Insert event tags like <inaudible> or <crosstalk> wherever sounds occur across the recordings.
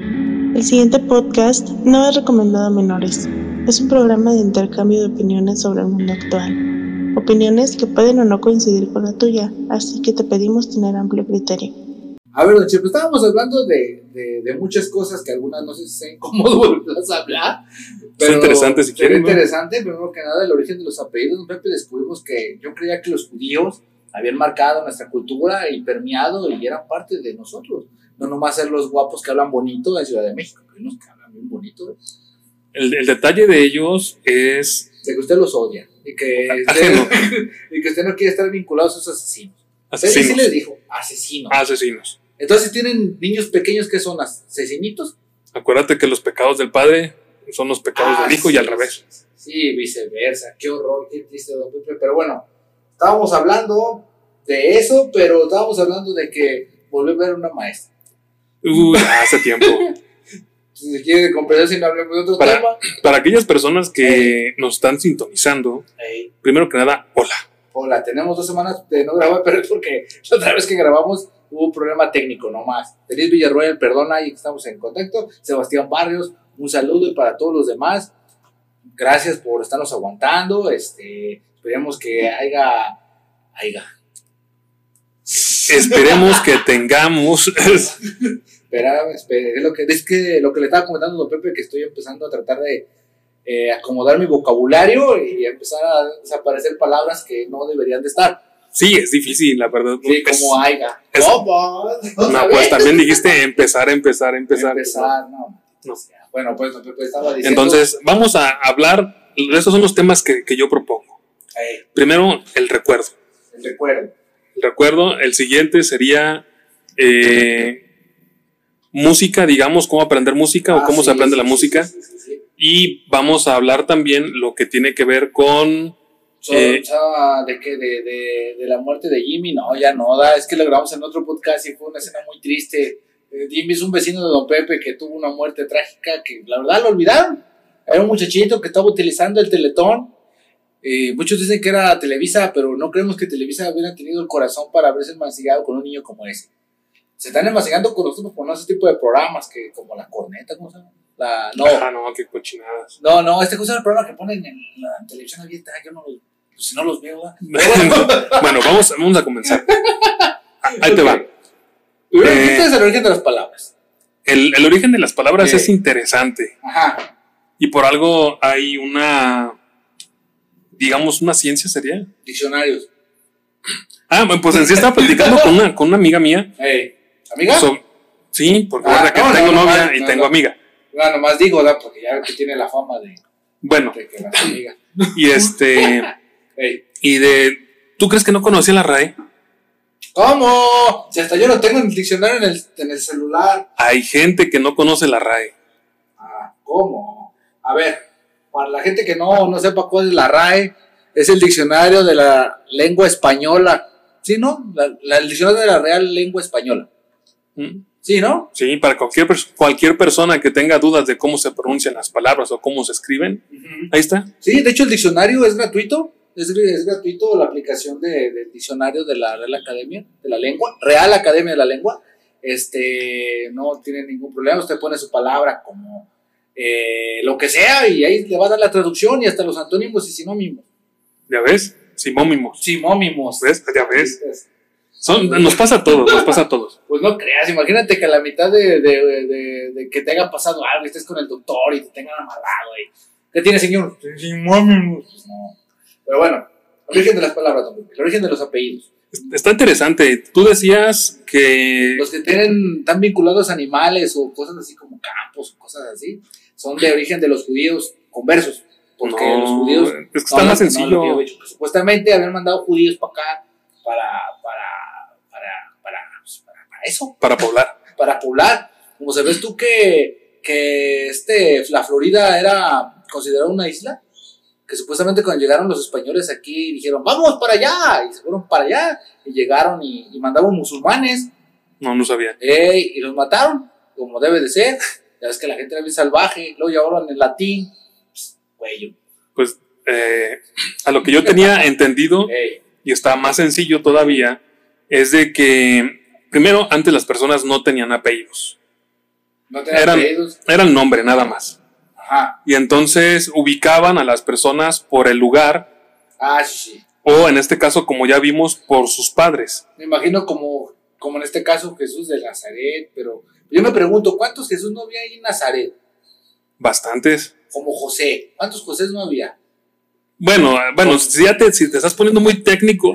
El siguiente podcast no es recomendado a menores. Es un programa de intercambio de opiniones sobre el mundo actual. Opiniones que pueden o no coincidir con la tuya, así que te pedimos tener amplio criterio. A ver, Don Chepe, estábamos hablando de, de, de muchas cosas que algunas no sé si sea incómodo <laughs> volverlas a hablar. Pero interesante, si será quieren, ¿no? interesante, primero que nada, el origen de los apellidos. Don Pepe, descubrimos que yo creía que los judíos habían marcado nuestra cultura y permeado y eran parte de nosotros. No nomás ser los guapos que hablan bonito de Ciudad de México, que hay unos que hablan bien bonito. ¿eh? El, el detalle de ellos es De que usted los odia y <laughs> que, Ajeno. usted, <laughs> y que usted no quiere estar vinculado a esos asesinos. Pero sí asesinos. Ah. les dijo, asesinos. Asesinos. Entonces tienen niños pequeños que son asesinitos. Acuérdate que los pecados del padre son los pecados Ah, del hijo y sí, al revés. Sí, viceversa. Qué horror, qué triste, don Pepe. Pero bueno, estábamos hablando de eso, pero estábamos hablando de que volvió a ver una maestra. Uy, ya <laughs> hace tiempo. Si se quiere comprender, si no hablemos de otro Para- tema. Para aquellas personas que nos están sintonizando, Ey, primero que nada, hola. hola, tenemos dos semanas de no grabar, <laughs> pero es porque la otra vez que grabamos hubo un problema técnico nomás. Feliz Villarroel, perdona, ahí estamos en contacto. Sebastián Barrios, un saludo y para todos los demás. Gracias por estarnos aguantando. Este, esperemos que haya. haya Esperemos que tengamos. <laughs> Espera, espera, es lo que, es que lo que le estaba comentando a don Pepe, que estoy empezando a tratar de eh, acomodar mi vocabulario y empezar a desaparecer palabras que no deberían de estar. sí, es difícil, la verdad. Sí, Es- como aiga. Pues, es- No, No, <laughs> pues también dijiste empezar, empezar, empezar. Empezar, no. No. Bueno, pues don Pepe estaba diciendo. Entonces, vamos a hablar. Estos son los temas que, que yo propongo. eh, Primero, el recuerdo. el recuerdo. El recuerdo, el siguiente sería eh, música, digamos, cómo aprender música o Ah, cómo sí, se aprende sí, la sí, música. sí, sí, sí. Y vamos a hablar también lo que tiene que ver con... Son- Eh, son de que de, de, de la muerte de Jimmy, no, ya no, da, es que lo grabamos en otro podcast y fue una escena muy triste. Eh, Jimmy es un vecino de Don Pepe que tuvo una muerte trágica que la verdad lo olvidaron. Era un muchachito que estaba utilizando el teletón. Eh, muchos dicen que era Televisa, pero no creemos que Televisa hubiera tenido el corazón para haberse mancillado con un niño como ese. Se están enmasillando con nosotros con ese tipo de programas que como la corneta, ¿cómo se llama? La, no, Ah, no, qué cochinadas. <laughs> no, no, este cosa es el programa que ponen en la televisión abierta. Yo no los, pues, no los veo. ¿verdad? <laughs> bueno, vamos, vamos a comenzar. Ah, Ahí te va. Primero, Eh, este es el origen de las palabras. El, el origen de las palabras Sí. es interesante Ajá. y por algo hay una, digamos, una ciencia sería. Diccionarios. Ah, bueno, pues en sí estaba platicando con una, con una amiga mía. Hey, amiga. So- sí, porque Ah, guarda que no, tengo no, no, novia no, y no, tengo no. amiga. No, Ah, nomás digo, ¿verdad? Porque ya que tiene la fama de, Bueno, de que las amigas. y este, Hey, y de, ¿tú crees que no conocía la RAE? ¿Cómo? Si hasta yo lo tengo en el diccionario en el, en el celular. Hay gente que no conoce la RAE. Ah, ¿Cómo? A ver, para la gente que no, no sepa cuál es la RAE, es el diccionario de la lengua española. ¿Sí, no? La- la- el diccionario de la Real Lengua Española. ¿Mm? ¿Sí, no? Sí, para cualquier, pers- cualquier persona que tenga dudas de cómo se pronuncian las palabras o cómo se escriben, ahí está. Sí, de hecho el diccionario es gratuito. Es, gr- es gratuito la aplicación de- del diccionario de la Real Academia de la Lengua, Real Academia de la Lengua. Este, no tiene ningún problema. Usted pone su palabra como eh, lo que sea y ahí le va a dar la traducción y hasta los antónimos y sinónimos. ¿Ya ves? Simónimos. Simónimos. ¿Ves? ¿Ya ves? Pues, Son, nos pasa a todos, nos pasa a todos. pues no creas, imagínate que a la mitad de, de- de- de que te haya pasado algo, estés con el doctor y te tengan amarrado. Y, ¿Qué tiene, señor? Sinónimos. Pues no. Pero bueno, el origen de las palabras, don Pepe, el origen de los apellidos. Está interesante. Tú decías que... Los que tienen tan vinculados a animales o cosas así como campos o cosas así, son de origen de los judíos conversos. Porque No, los judíos. es que está no, más no, no, sencillo. lo había dicho. Supuestamente habían mandado judíos para acá para. para. para. para, pues, para- para eso, para poblar. para poblar. Como sabes tú que, que este, la Florida era considerada una isla, que supuestamente cuando llegaron los españoles aquí dijeron, vamos para allá, y se fueron para allá, y llegaron y- y mandaron musulmanes. No, no sabía. Ey, y los mataron, como debe de ser. <laughs> Ya ves que la gente era bien salvaje, luego llevaron el latín. Pss, Güey, Pues eh, a lo que yo tenía entendido ey, y está más sencillo todavía es de que primero antes las personas no tenían apellidos. No tenían Eran, apellidos. era el nombre nada más. Ajá. Y entonces ubicaban a las personas por el lugar Ah, sí, sí. o en este caso, como ya vimos, por sus padres. Me imagino como, como en este caso Jesús de Nazaret, pero yo me pregunto, ¿cuántos Jesús no había ahí en Nazaret? Bastantes. Como José. ¿Cuántos José no había? Bueno, eh, bueno, si ya te, si te estás poniendo muy técnico,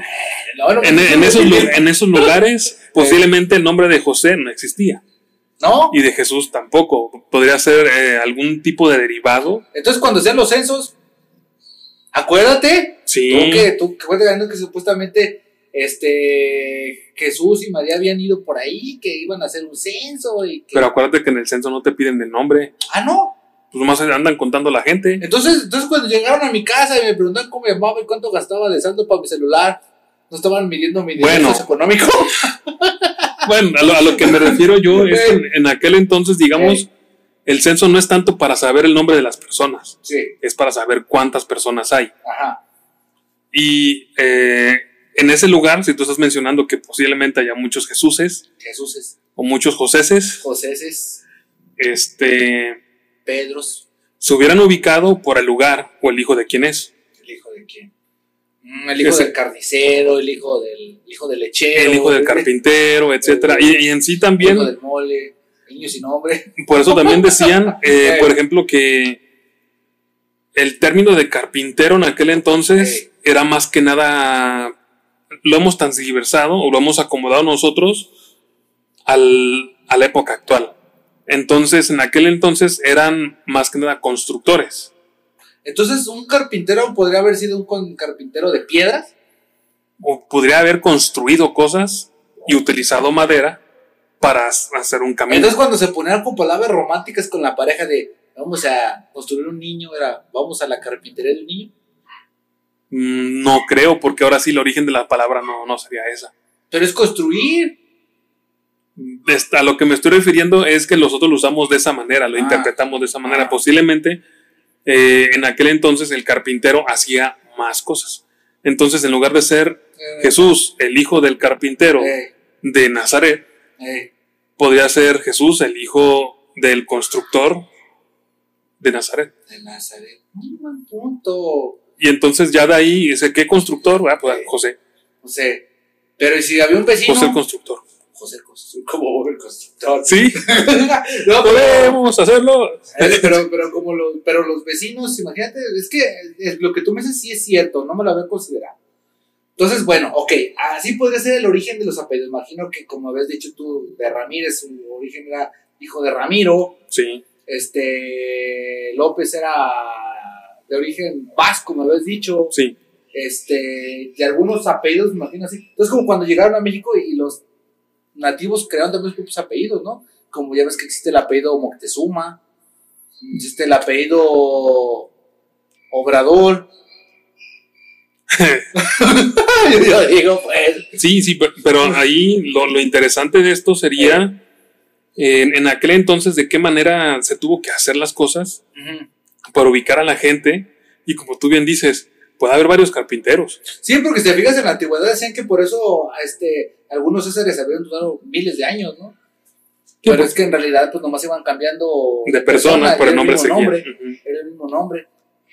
Ahora, en, e- pues, en no esos, sé lu- bien. en esos lugares posiblemente el nombre de José no existía ¿No? y de Jesús tampoco. Podría ser eh, algún tipo de derivado. Entonces, cuando sean los censos, acuérdate, Sí. tú que tú que fuiste ganando que supuestamente este Jesús y María habían ido por ahí, que iban a hacer un censo y que Pero acuérdate que en el censo no te piden el nombre, ah no. pues nomás andan contando la gente. Entonces, entonces cuando llegaron a mi casa y me preguntaron cómo me llamaba y cuánto gastaba de saldo para mi celular, no estaban midiendo mi Bueno. dinero económico. <laughs> Bueno, a lo, a lo que me refiero yo es que en, en aquel entonces, digamos, Ey. el censo no es tanto para saber el nombre de las personas, Sí, es para saber cuántas personas hay. ajá. Y eh, en ese lugar, si tú estás mencionando que posiblemente haya muchos Jesuses Jesús es o muchos Joseses, José es este, Pedro, se hubieran ubicado por el lugar o el hijo de quién es. el hijo de quién? Mm, El hijo Ese- del carnicero, el hijo del el hijo del lechero, El hijo del carpintero, etcétera. Y, y en sí el hijo también, del mole, el niño sin nombre. <laughs> por eso también decían, eh, por ejemplo, que el término de carpintero en aquel entonces era más que nada, lo hemos transversado o lo hemos acomodado nosotros al, a la época actual. Entonces, en aquel entonces eran más que nada constructores. Entonces, un carpintero podría haber sido un con- carpintero de piedras. o podría haber construido cosas y utilizado madera para ha- hacer un camino. Entonces, cuando se ponían con palabras románticas con la pareja de vamos a construir un niño, era vamos a la carpintería del niño. Mm, no creo, porque ahora sí el origen de la palabra no, no sería esa. Pero es construir. Des- A lo que me estoy refiriendo es que nosotros lo usamos de esa manera, lo Ah. interpretamos de esa manera. Ah. Posiblemente eh, en aquel entonces el carpintero hacía más cosas. Entonces, en lugar de ser Eh, Jesús, el hijo del carpintero eh, de Nazaret, eh. podría ser Jesús, el hijo del constructor de Nazaret. De Nazaret. Muy buen punto. Y entonces ya de ahí, dice, ¿qué constructor? Ah, pues, Sí. José, José. Pero ¿y si había un vecino. José el constructor. José el constructor. Como Bob el constructor. Sí, <laughs> No, pero- podemos hacerlo. Eh, pero, pero como los, pero los vecinos, imagínate, es que eh, lo que tú me dices sí es cierto, no me lo había considerado. Entonces, bueno, ok, así podría ser el origen de los apellidos. Imagino que como habías dicho tú, de Ramírez, su origen era hijo de Ramiro, <laughs> Sí, este López era de origen vasco, me habías dicho, sí. este, y algunos apellidos, me imagino así. Entonces, como cuando llegaron a México y los nativos crearon también sus propios apellidos, ¿no? Como ya ves que existe el apellido Moctezuma, existe el apellido Obrador. <laughs> Yo digo, pues. Sí, sí, pe- pero ahí lo, lo interesante de esto sería en, en aquel entonces de qué manera se tuvo que hacer las cosas ujú. para ubicar a la gente. Y como tú bien dices, puede haber varios carpinteros. Sí, porque si te fijas en la antigüedad decían que por eso este, algunos césares habían durado miles de años, ¿no? Sí, Pero pues. es que en realidad pues nomás iban cambiando De personas, por el nombre se seguía. Ujú. Era el mismo nombre.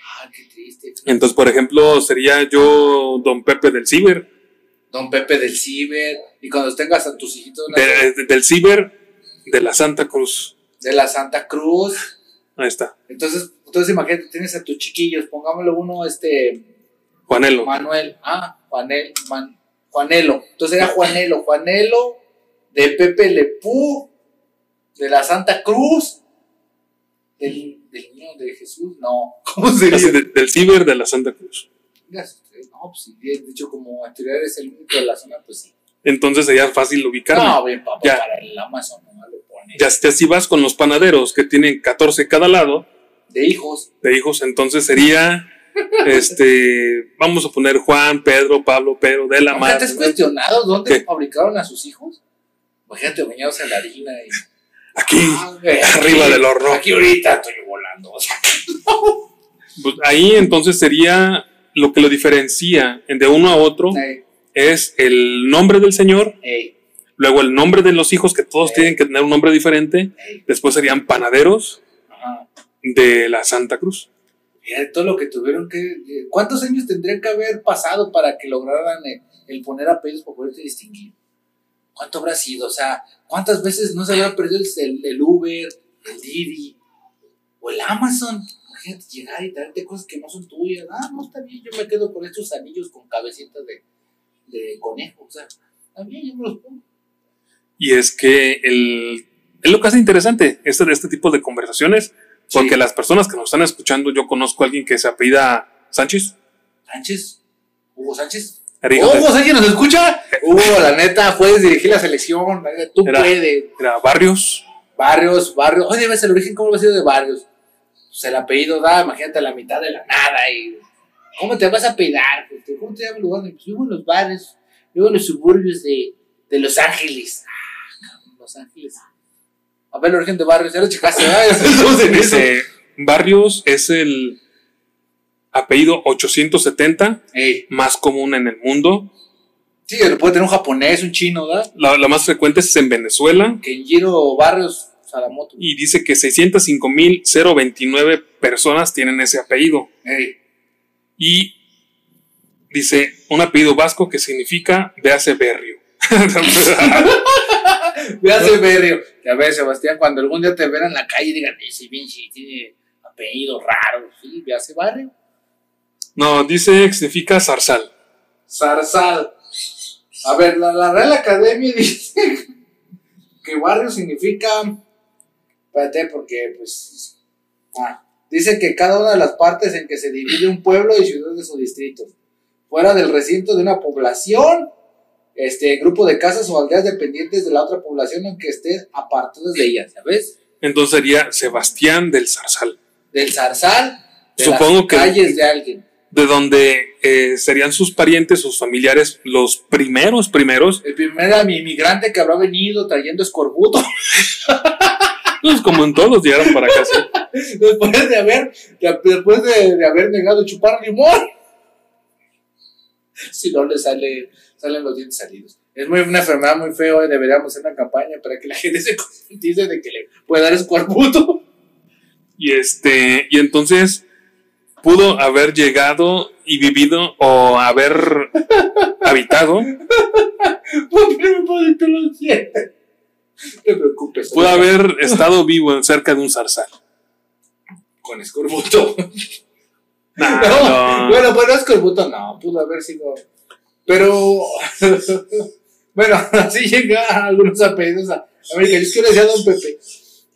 Ah, qué triste. Entonces, por ejemplo, sería yo Don Pepe del Ciber. Don Pepe del Ciber. Y cuando tengas a tus hijitos de la, de- de- del Ciber de la Santa Cruz. de la Santa Cruz. Ahí está. Entonces, entonces imagínate, tienes a tus chiquillos. Pongámosle uno, este, Juanelo. Manuel. Ah, Juanel, Man- Juanelo. Entonces era Juanelo. Juanelo de Pepe Lepú. De la Santa Cruz. Del, del niño de Jesús. No. <laughs> ¿Cómo se <laughs> Así, dice? de- del ciber de la Santa Cruz. No, pues sí, de hecho, como anterior es el único de la zona, pues sí. Entonces sería fácil ubicarme. No, bien, papá, Ya. para el Amazon no lo pone. Ya, ya si vas con los panaderos que tienen 14 cada lado De hijos. de hijos, entonces sería, este, vamos a poner Juan, Pedro, Pablo, Pedro, de la ¿Nunca Mar. te has cuestionado dónde ¿Qué? fabricaron a sus hijos? Imagínate bañados en la harina y. Aquí, Ah, güey, arriba aquí, del horno. Aquí ahorita estoy volando. o sea. Pues ahí entonces sería lo que lo diferencia de uno a otro Ey, es el nombre del Señor, ey, Luego el nombre de los hijos, que todos Ey. tienen que tener un nombre diferente. Ey. Después serían panaderos Ajá. de la Santa Cruz. Mira, todo lo que tuvieron que. ¿Cuántos años tendrían que haber pasado para que lograran el, el poner apellidos para poderse distinguir? ¿Cuánto habrá sido? O sea, ¿cuántas veces no se habrá perdido el, el Uber, el Didi o el Amazon? Imagínate llegar y traerte cosas que no son tuyas. Ah, no, está bien, yo me quedo con estos anillos con cabecitas de, de conejo. O sea, también yo me los pongo. Y es que el, es lo que hace interesante este, este tipo de conversaciones, porque Sí. las personas que nos están escuchando, yo conozco a alguien que se apellida Sánchez. Sánchez, Hugo Sánchez. Era hijo de- Hugo Sánchez nos escucha. Hugo, la neta, puedes dirigir la selección. Tú Era- puedes. era Barrios. Barrios, barrios. Oye, ves el origen, ¿cómo lo ha sido de barrios? Pues el apellido da, imagínate, la mitad de la nada. Y, ¿Cómo te vas a apellidar? Pues, ¿Cómo te llamas el lugar? Pues, vivo en los barrios, vivo en los suburbios de, de Los Ángeles. Ah, cabrón, Los Ángeles. A ver el origen de barrios, ya lo checaste, ¿verdad? Ya estamos en eso. Dice, Barrios es el apellido 870 Ey, más común en el mundo. sí, lo puede tener un japonés, un chino, ¿verdad? La, la más frecuente es en Venezuela Kenjiro Barrios Salamoto. y dice que 605.029 personas tienen ese apellido. Ey, Y dice un apellido vasco que significa de hace berrio. <laughs> me hace medio. Ya ves, Sebastián, cuando algún día te vean en la calle, digan, ese Vinci tiene apellido raro. Sí, me hace barrio. no, dice que significa zarzal. Zarzal. A ver, la, la Real Academia <laughs> dice que barrio significa. Espérate, porque pues. ah, dice que cada una de las partes en que se divide un pueblo y ciudades de sus distritos. Fuera del recinto de una población, este grupo de casas o aldeas dependientes de la otra población, aunque estén apartados de ellas, ¿sabes? Entonces sería Sebastián del Zarzal, Del zarzal, de Supongo las que- calles de alguien. de donde eh, serían sus parientes, sus familiares, los primeros, primeros, El primer inmigrante que habrá venido trayendo escorbuto. pues como en todos llegaron para acá. <laughs> sí. después de haber de- después de, de haber negado chupar limón <laughs> si no le sale salen los dientes salidos es muy una enfermedad muy fea y deberíamos hacer una campaña para que la <laughs> gente se concientice de que le puede dar <laughs> escorbuto Y este, y entonces pudo haber llegado y vivido o haber habitado, Papi, no puedo, te lo siento. <laughs> no te preocupes pudo haber estado vivo en- cerca de un zarzal. con escorbuto <laughs> Nah, No, no. Bueno, bueno, escorbuto no, pudo haber sido. Pero. <laughs> bueno, <laughs> así llega algunos apellidos a América. Yo es que le decía a Don Pepe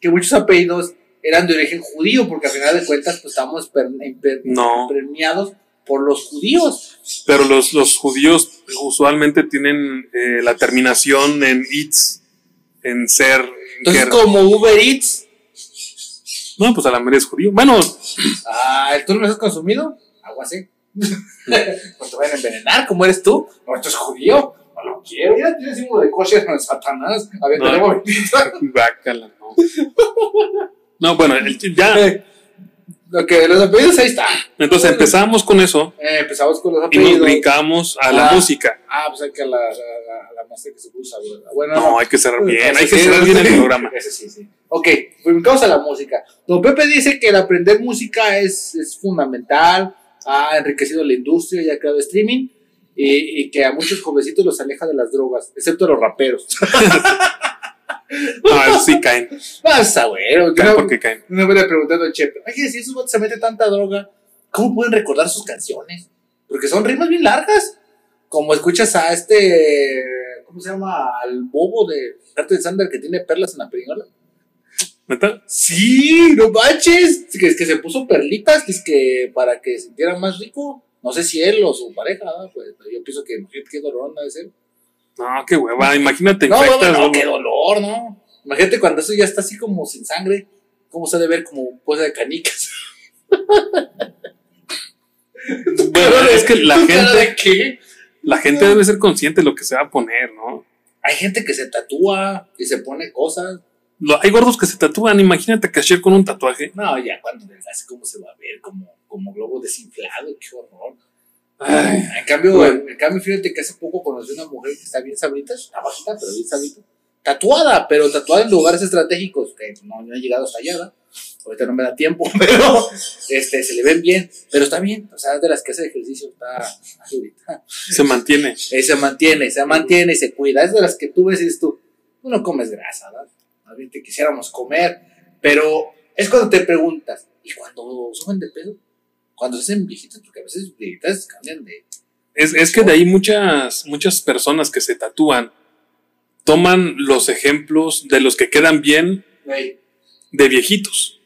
que muchos apellidos eran de origen judío, porque al final de cuentas, pues estamos per- en- per- No. permeados por los judíos. Pero los, los judíos usualmente tienen eh, la terminación en itz, en ser. en Entonces, ker. como Uber Eats. No, pues a la mera es judío. Bueno, Ah, ¿tú no los has consumido? Agua <laughs> así. no Pues te van a envenenar, como eres tú. No, esto es judío. No lo quiero. Mira, tienes símbolo de kosher en Satanás. A ver, No. te lo voy. <laughs> bácala, no. No, bueno, el- ya. Eh, Lo que los apellidos ahí está. Entonces empezamos con eso Eh, empezamos con los y nos apellidos. brincamos a la Ah. música. ah, pues hay que la, la, la, la maestra que se puso, ¿verdad? Bueno, No, hay que cerrar bien, Ese hay que sí, <laughs> cerrar bien el ese sí. programa. Ese sí, sí. Ok, brincamos a la música. Don Pepe dice que el aprender música es, es fundamental, ha enriquecido la industria y ha creado streaming. Y, y que a muchos jovencitos los aleja de las drogas, excepto a los raperos. <laughs> No, eso sí caen. Pasa, güey. Caen porque caen. Una vez le pregunté a Don Chepe, oye, si esos vatos se meten tanta droga, ¿cómo pueden recordar sus canciones? Porque son rimas bien largas. Como escuchas a este, ¿cómo se llama? Al bobo de Carter Sander que tiene perlas en la perinola. ¿Neta? Sí, no manches. Es que, es que se puso perlitas, que es que para que se sintiera más rico. No sé si él o su pareja, ¿verdad? pues pero yo pienso que imagínate qué dolor no debe ser. No, qué hueva. Imagínate, No, infectas, no, ¿no? no, qué dolor, ¿no? Imagínate cuando eso ya está así como sin sangre, cómo se ha de ver como cosa de canicas. Bueno, <laughs> es que la ¿Tu cara gente, de qué? la gente debe ser consciente de lo que se va a poner, ¿no? Hay gente que se tatúa y se pone cosas. Lo- hay gordos que se tatúan. Imagínate Cashier con un tatuaje. No, ya cuando le hace cómo se va a ver, como, como globo desinflado, qué horror. Ay, en cambio, bueno. en, en cambio, fíjate que hace poco conocí una mujer que está bien sabrita, es una bajita, pero bien sabrita. Tatuada, pero tatuada en lugares estratégicos, que no, no he llegado hasta allá, ¿verdad? Ahorita no me da tiempo, <laughs> pero este, se le ven bien, pero está bien, o sea, es de las que hace ejercicio, está ahorita. Se mantiene. Eh, se mantiene, se mantiene, se cuida. Es de las que tú ves y tú, tú no comes grasa, ¿verdad? Más bien te quisiéramos comer, pero es cuando te preguntas, ¿y cuando suben de peso? cuando se hacen viejitas, porque a veces viejitas cambian de. Es, es, que de ahí muchas, muchas personas que se tatúan toman los ejemplos de los que quedan bien Güey. de viejitos.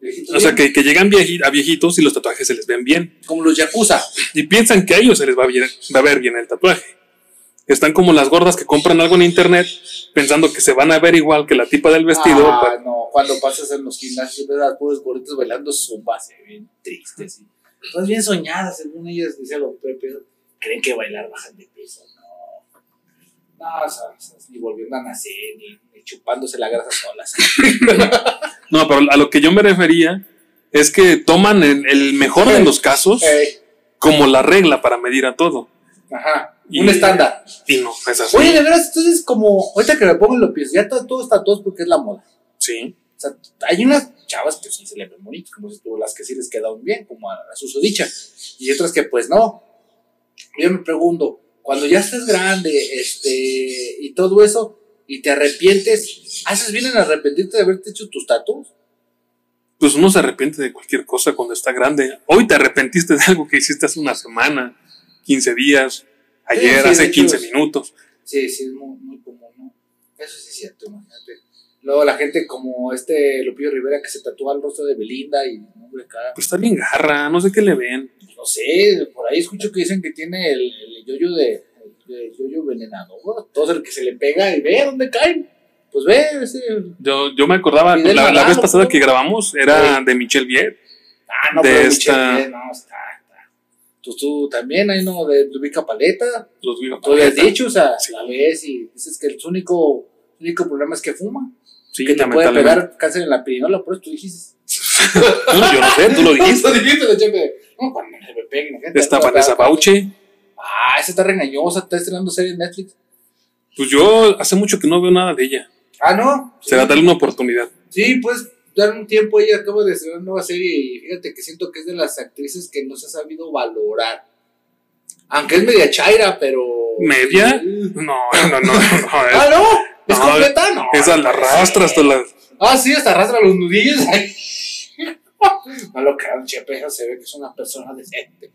¿Viejitos O sea, bien? que, que llegan vieji- a viejitos y los tatuajes se les ven bien. Como los yakuza. Y piensan que a ellos se les va a, bien- va a ver bien el tatuaje. Están como las gordas que compran algo en internet pensando que se van a ver igual que la tipa del vestido. pues. Ah, pa- no, cuando pasas en los gimnasios, ves a puros gorritos bailando zumba, se ven tristes. y Todas bien soñadas, según ellas, dice los Pepe. Creen que bailar bajan de peso, no. No, o sea, o sea, ni volviendo a nacer, ni, ni chupándose la grasa <laughs> solas. No, pero a lo que yo me refería es que toman el, el mejor de los casos Ey, como la regla para medir a todo. ajá, Y- un estándar. Y no, es así. Oye, de veras, entonces, como ahorita que me pongo en los pies, ya to- todos tatuados porque es la moda. Sí. O sea, hay unas chavas que sí se le ven bonitas, como dices tú, las que sí les quedaron bien, como a la susodicha, y otras que pues no. Yo me pregunto, cuando ya estás grande, este, y todo eso, y te arrepientes, ¿haces bien en arrepentirte de haberte hecho tus tatuos? Pues uno se arrepiente de cualquier cosa cuando está grande. Hoy te arrepentiste de algo que hiciste hace una semana, 15 días, ayer, sí, de hace hecho, 15 sí. minutos. Sí, sí, es muy, muy común, ¿no? Eso sí es cierto, imagínate. Luego la gente como este Lupillo Rivera que se tatúa el rostro de Belinda y hombre acá, Pues está bien garra, no sé qué le ven. no sé, por ahí escucho que dicen que tiene el, el yoyo de, el yoyo venenador, todo el que se le pega y ve dónde caen. Pues ve, ese. Yo, yo me acordaba, Fidel la, la vez Navarro, pasada ¿no? que grabamos era de Michelle Viet. Ah, no, De pero esta- Michelle, no, está, está. Tú, tú también, ahí no, de, de ubica paleta, Los Viva tú habías Paleta. dicho, o sea, Sí. la ves y dices que el su único, único problema es que fuma, Sí, que te puede lamentablemente. pegar cáncer en la pirinola, por eso tú dijiste. <laughs> No, yo no sé, <laughs> tú lo dijiste. Eso dijiste, de chepe. No, cuando se me peguen, gente. Esta no, Vanessa acá- Bauche. Ah, esa está regañosa, está estrenando serie en Netflix. Pues yo hace mucho que no veo nada de ella. Ah, no. Será Sí. darle una oportunidad. Sí, pues dar un tiempo, ella acaba de estrenar nueva serie y fíjate que siento que es de las actrices que no se ha sabido valorar. Aunque es media chaira, pero... ¿Media? Sí. No, no, no. <laughs> no, Ah, no, es No, completa, no. Esa la arrastra hasta la. Ah, sí, hasta arrastra los nudillos. Ay. <laughs> No lo crean, Chepe, esa se ve que es una persona decente.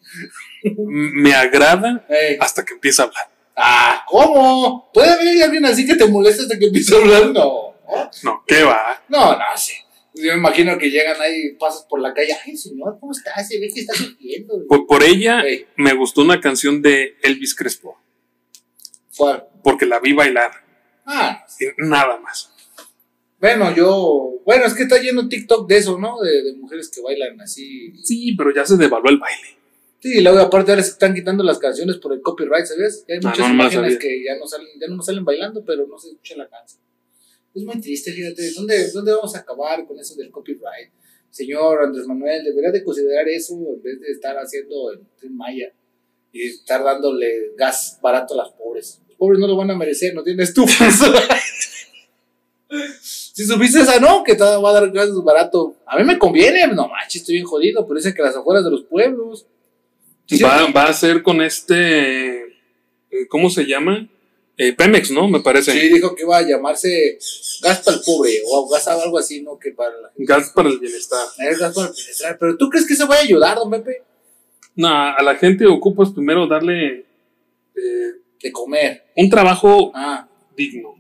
Me agrada Ey. hasta que empieza a hablar. Ah, ¿cómo? ¿Puede haber alguien así que te moleste hasta que empiece a hablar? No. ¿no? No, ¿qué va? No, no sé. Yo me imagino que llegan ahí, pasas por la calle. Ay, señor, ¿cómo está? Se ve que está sufriendo. Por, por ella Ey. me gustó una canción de Elvis Crespo, ¿Cuál? porque la vi bailar, Ah, y nada más. bueno, yo. Bueno, es que está lleno TikTok de eso, ¿no? De, de mujeres que bailan así. Sí, pero ya se devaluó el baile. Sí, y luego aparte ahora se están quitando las canciones por el copyright, ¿sabes? Ya hay Ah, muchas no, no me la imágenes sabía. que ya no salen, ya no nos salen bailando, pero no se escucha la canción. Es muy triste, fíjate, ¿dónde, dónde vamos a acabar con eso del copyright? Señor Andrés Manuel, debería de considerar eso en vez de estar haciendo el Tren Maya y estar dándole gas barato a las pobres. Los pobres no lo van a merecer, no tienen estufas. <laughs> Si supiste esa, no, que te va a dar gas barato. A mí me conviene, no manches, estoy bien jodido, pero dice que las afueras de los pueblos. Sí, sí. Va, va a ser con este, eh, ¿cómo se llama? Eh, Pemex, ¿no? Me parece. Sí, dijo que iba a llamarse Gas para el Pobre o Gas a- algo así, ¿no? Que para la... Gas para el bienestar. Es Gas para el Penetrar. Pero ¿tú crees que se vaya a ayudar, don Pepe? No, a la gente ocupas primero darle eh, De comer. un trabajo Ah, digno.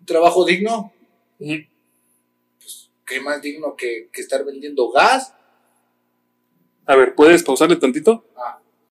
un trabajo digno. Mm, ¿Qué más digno que, que estar vendiendo gas? A ver, ¿puedes pausarle tantito? Ah,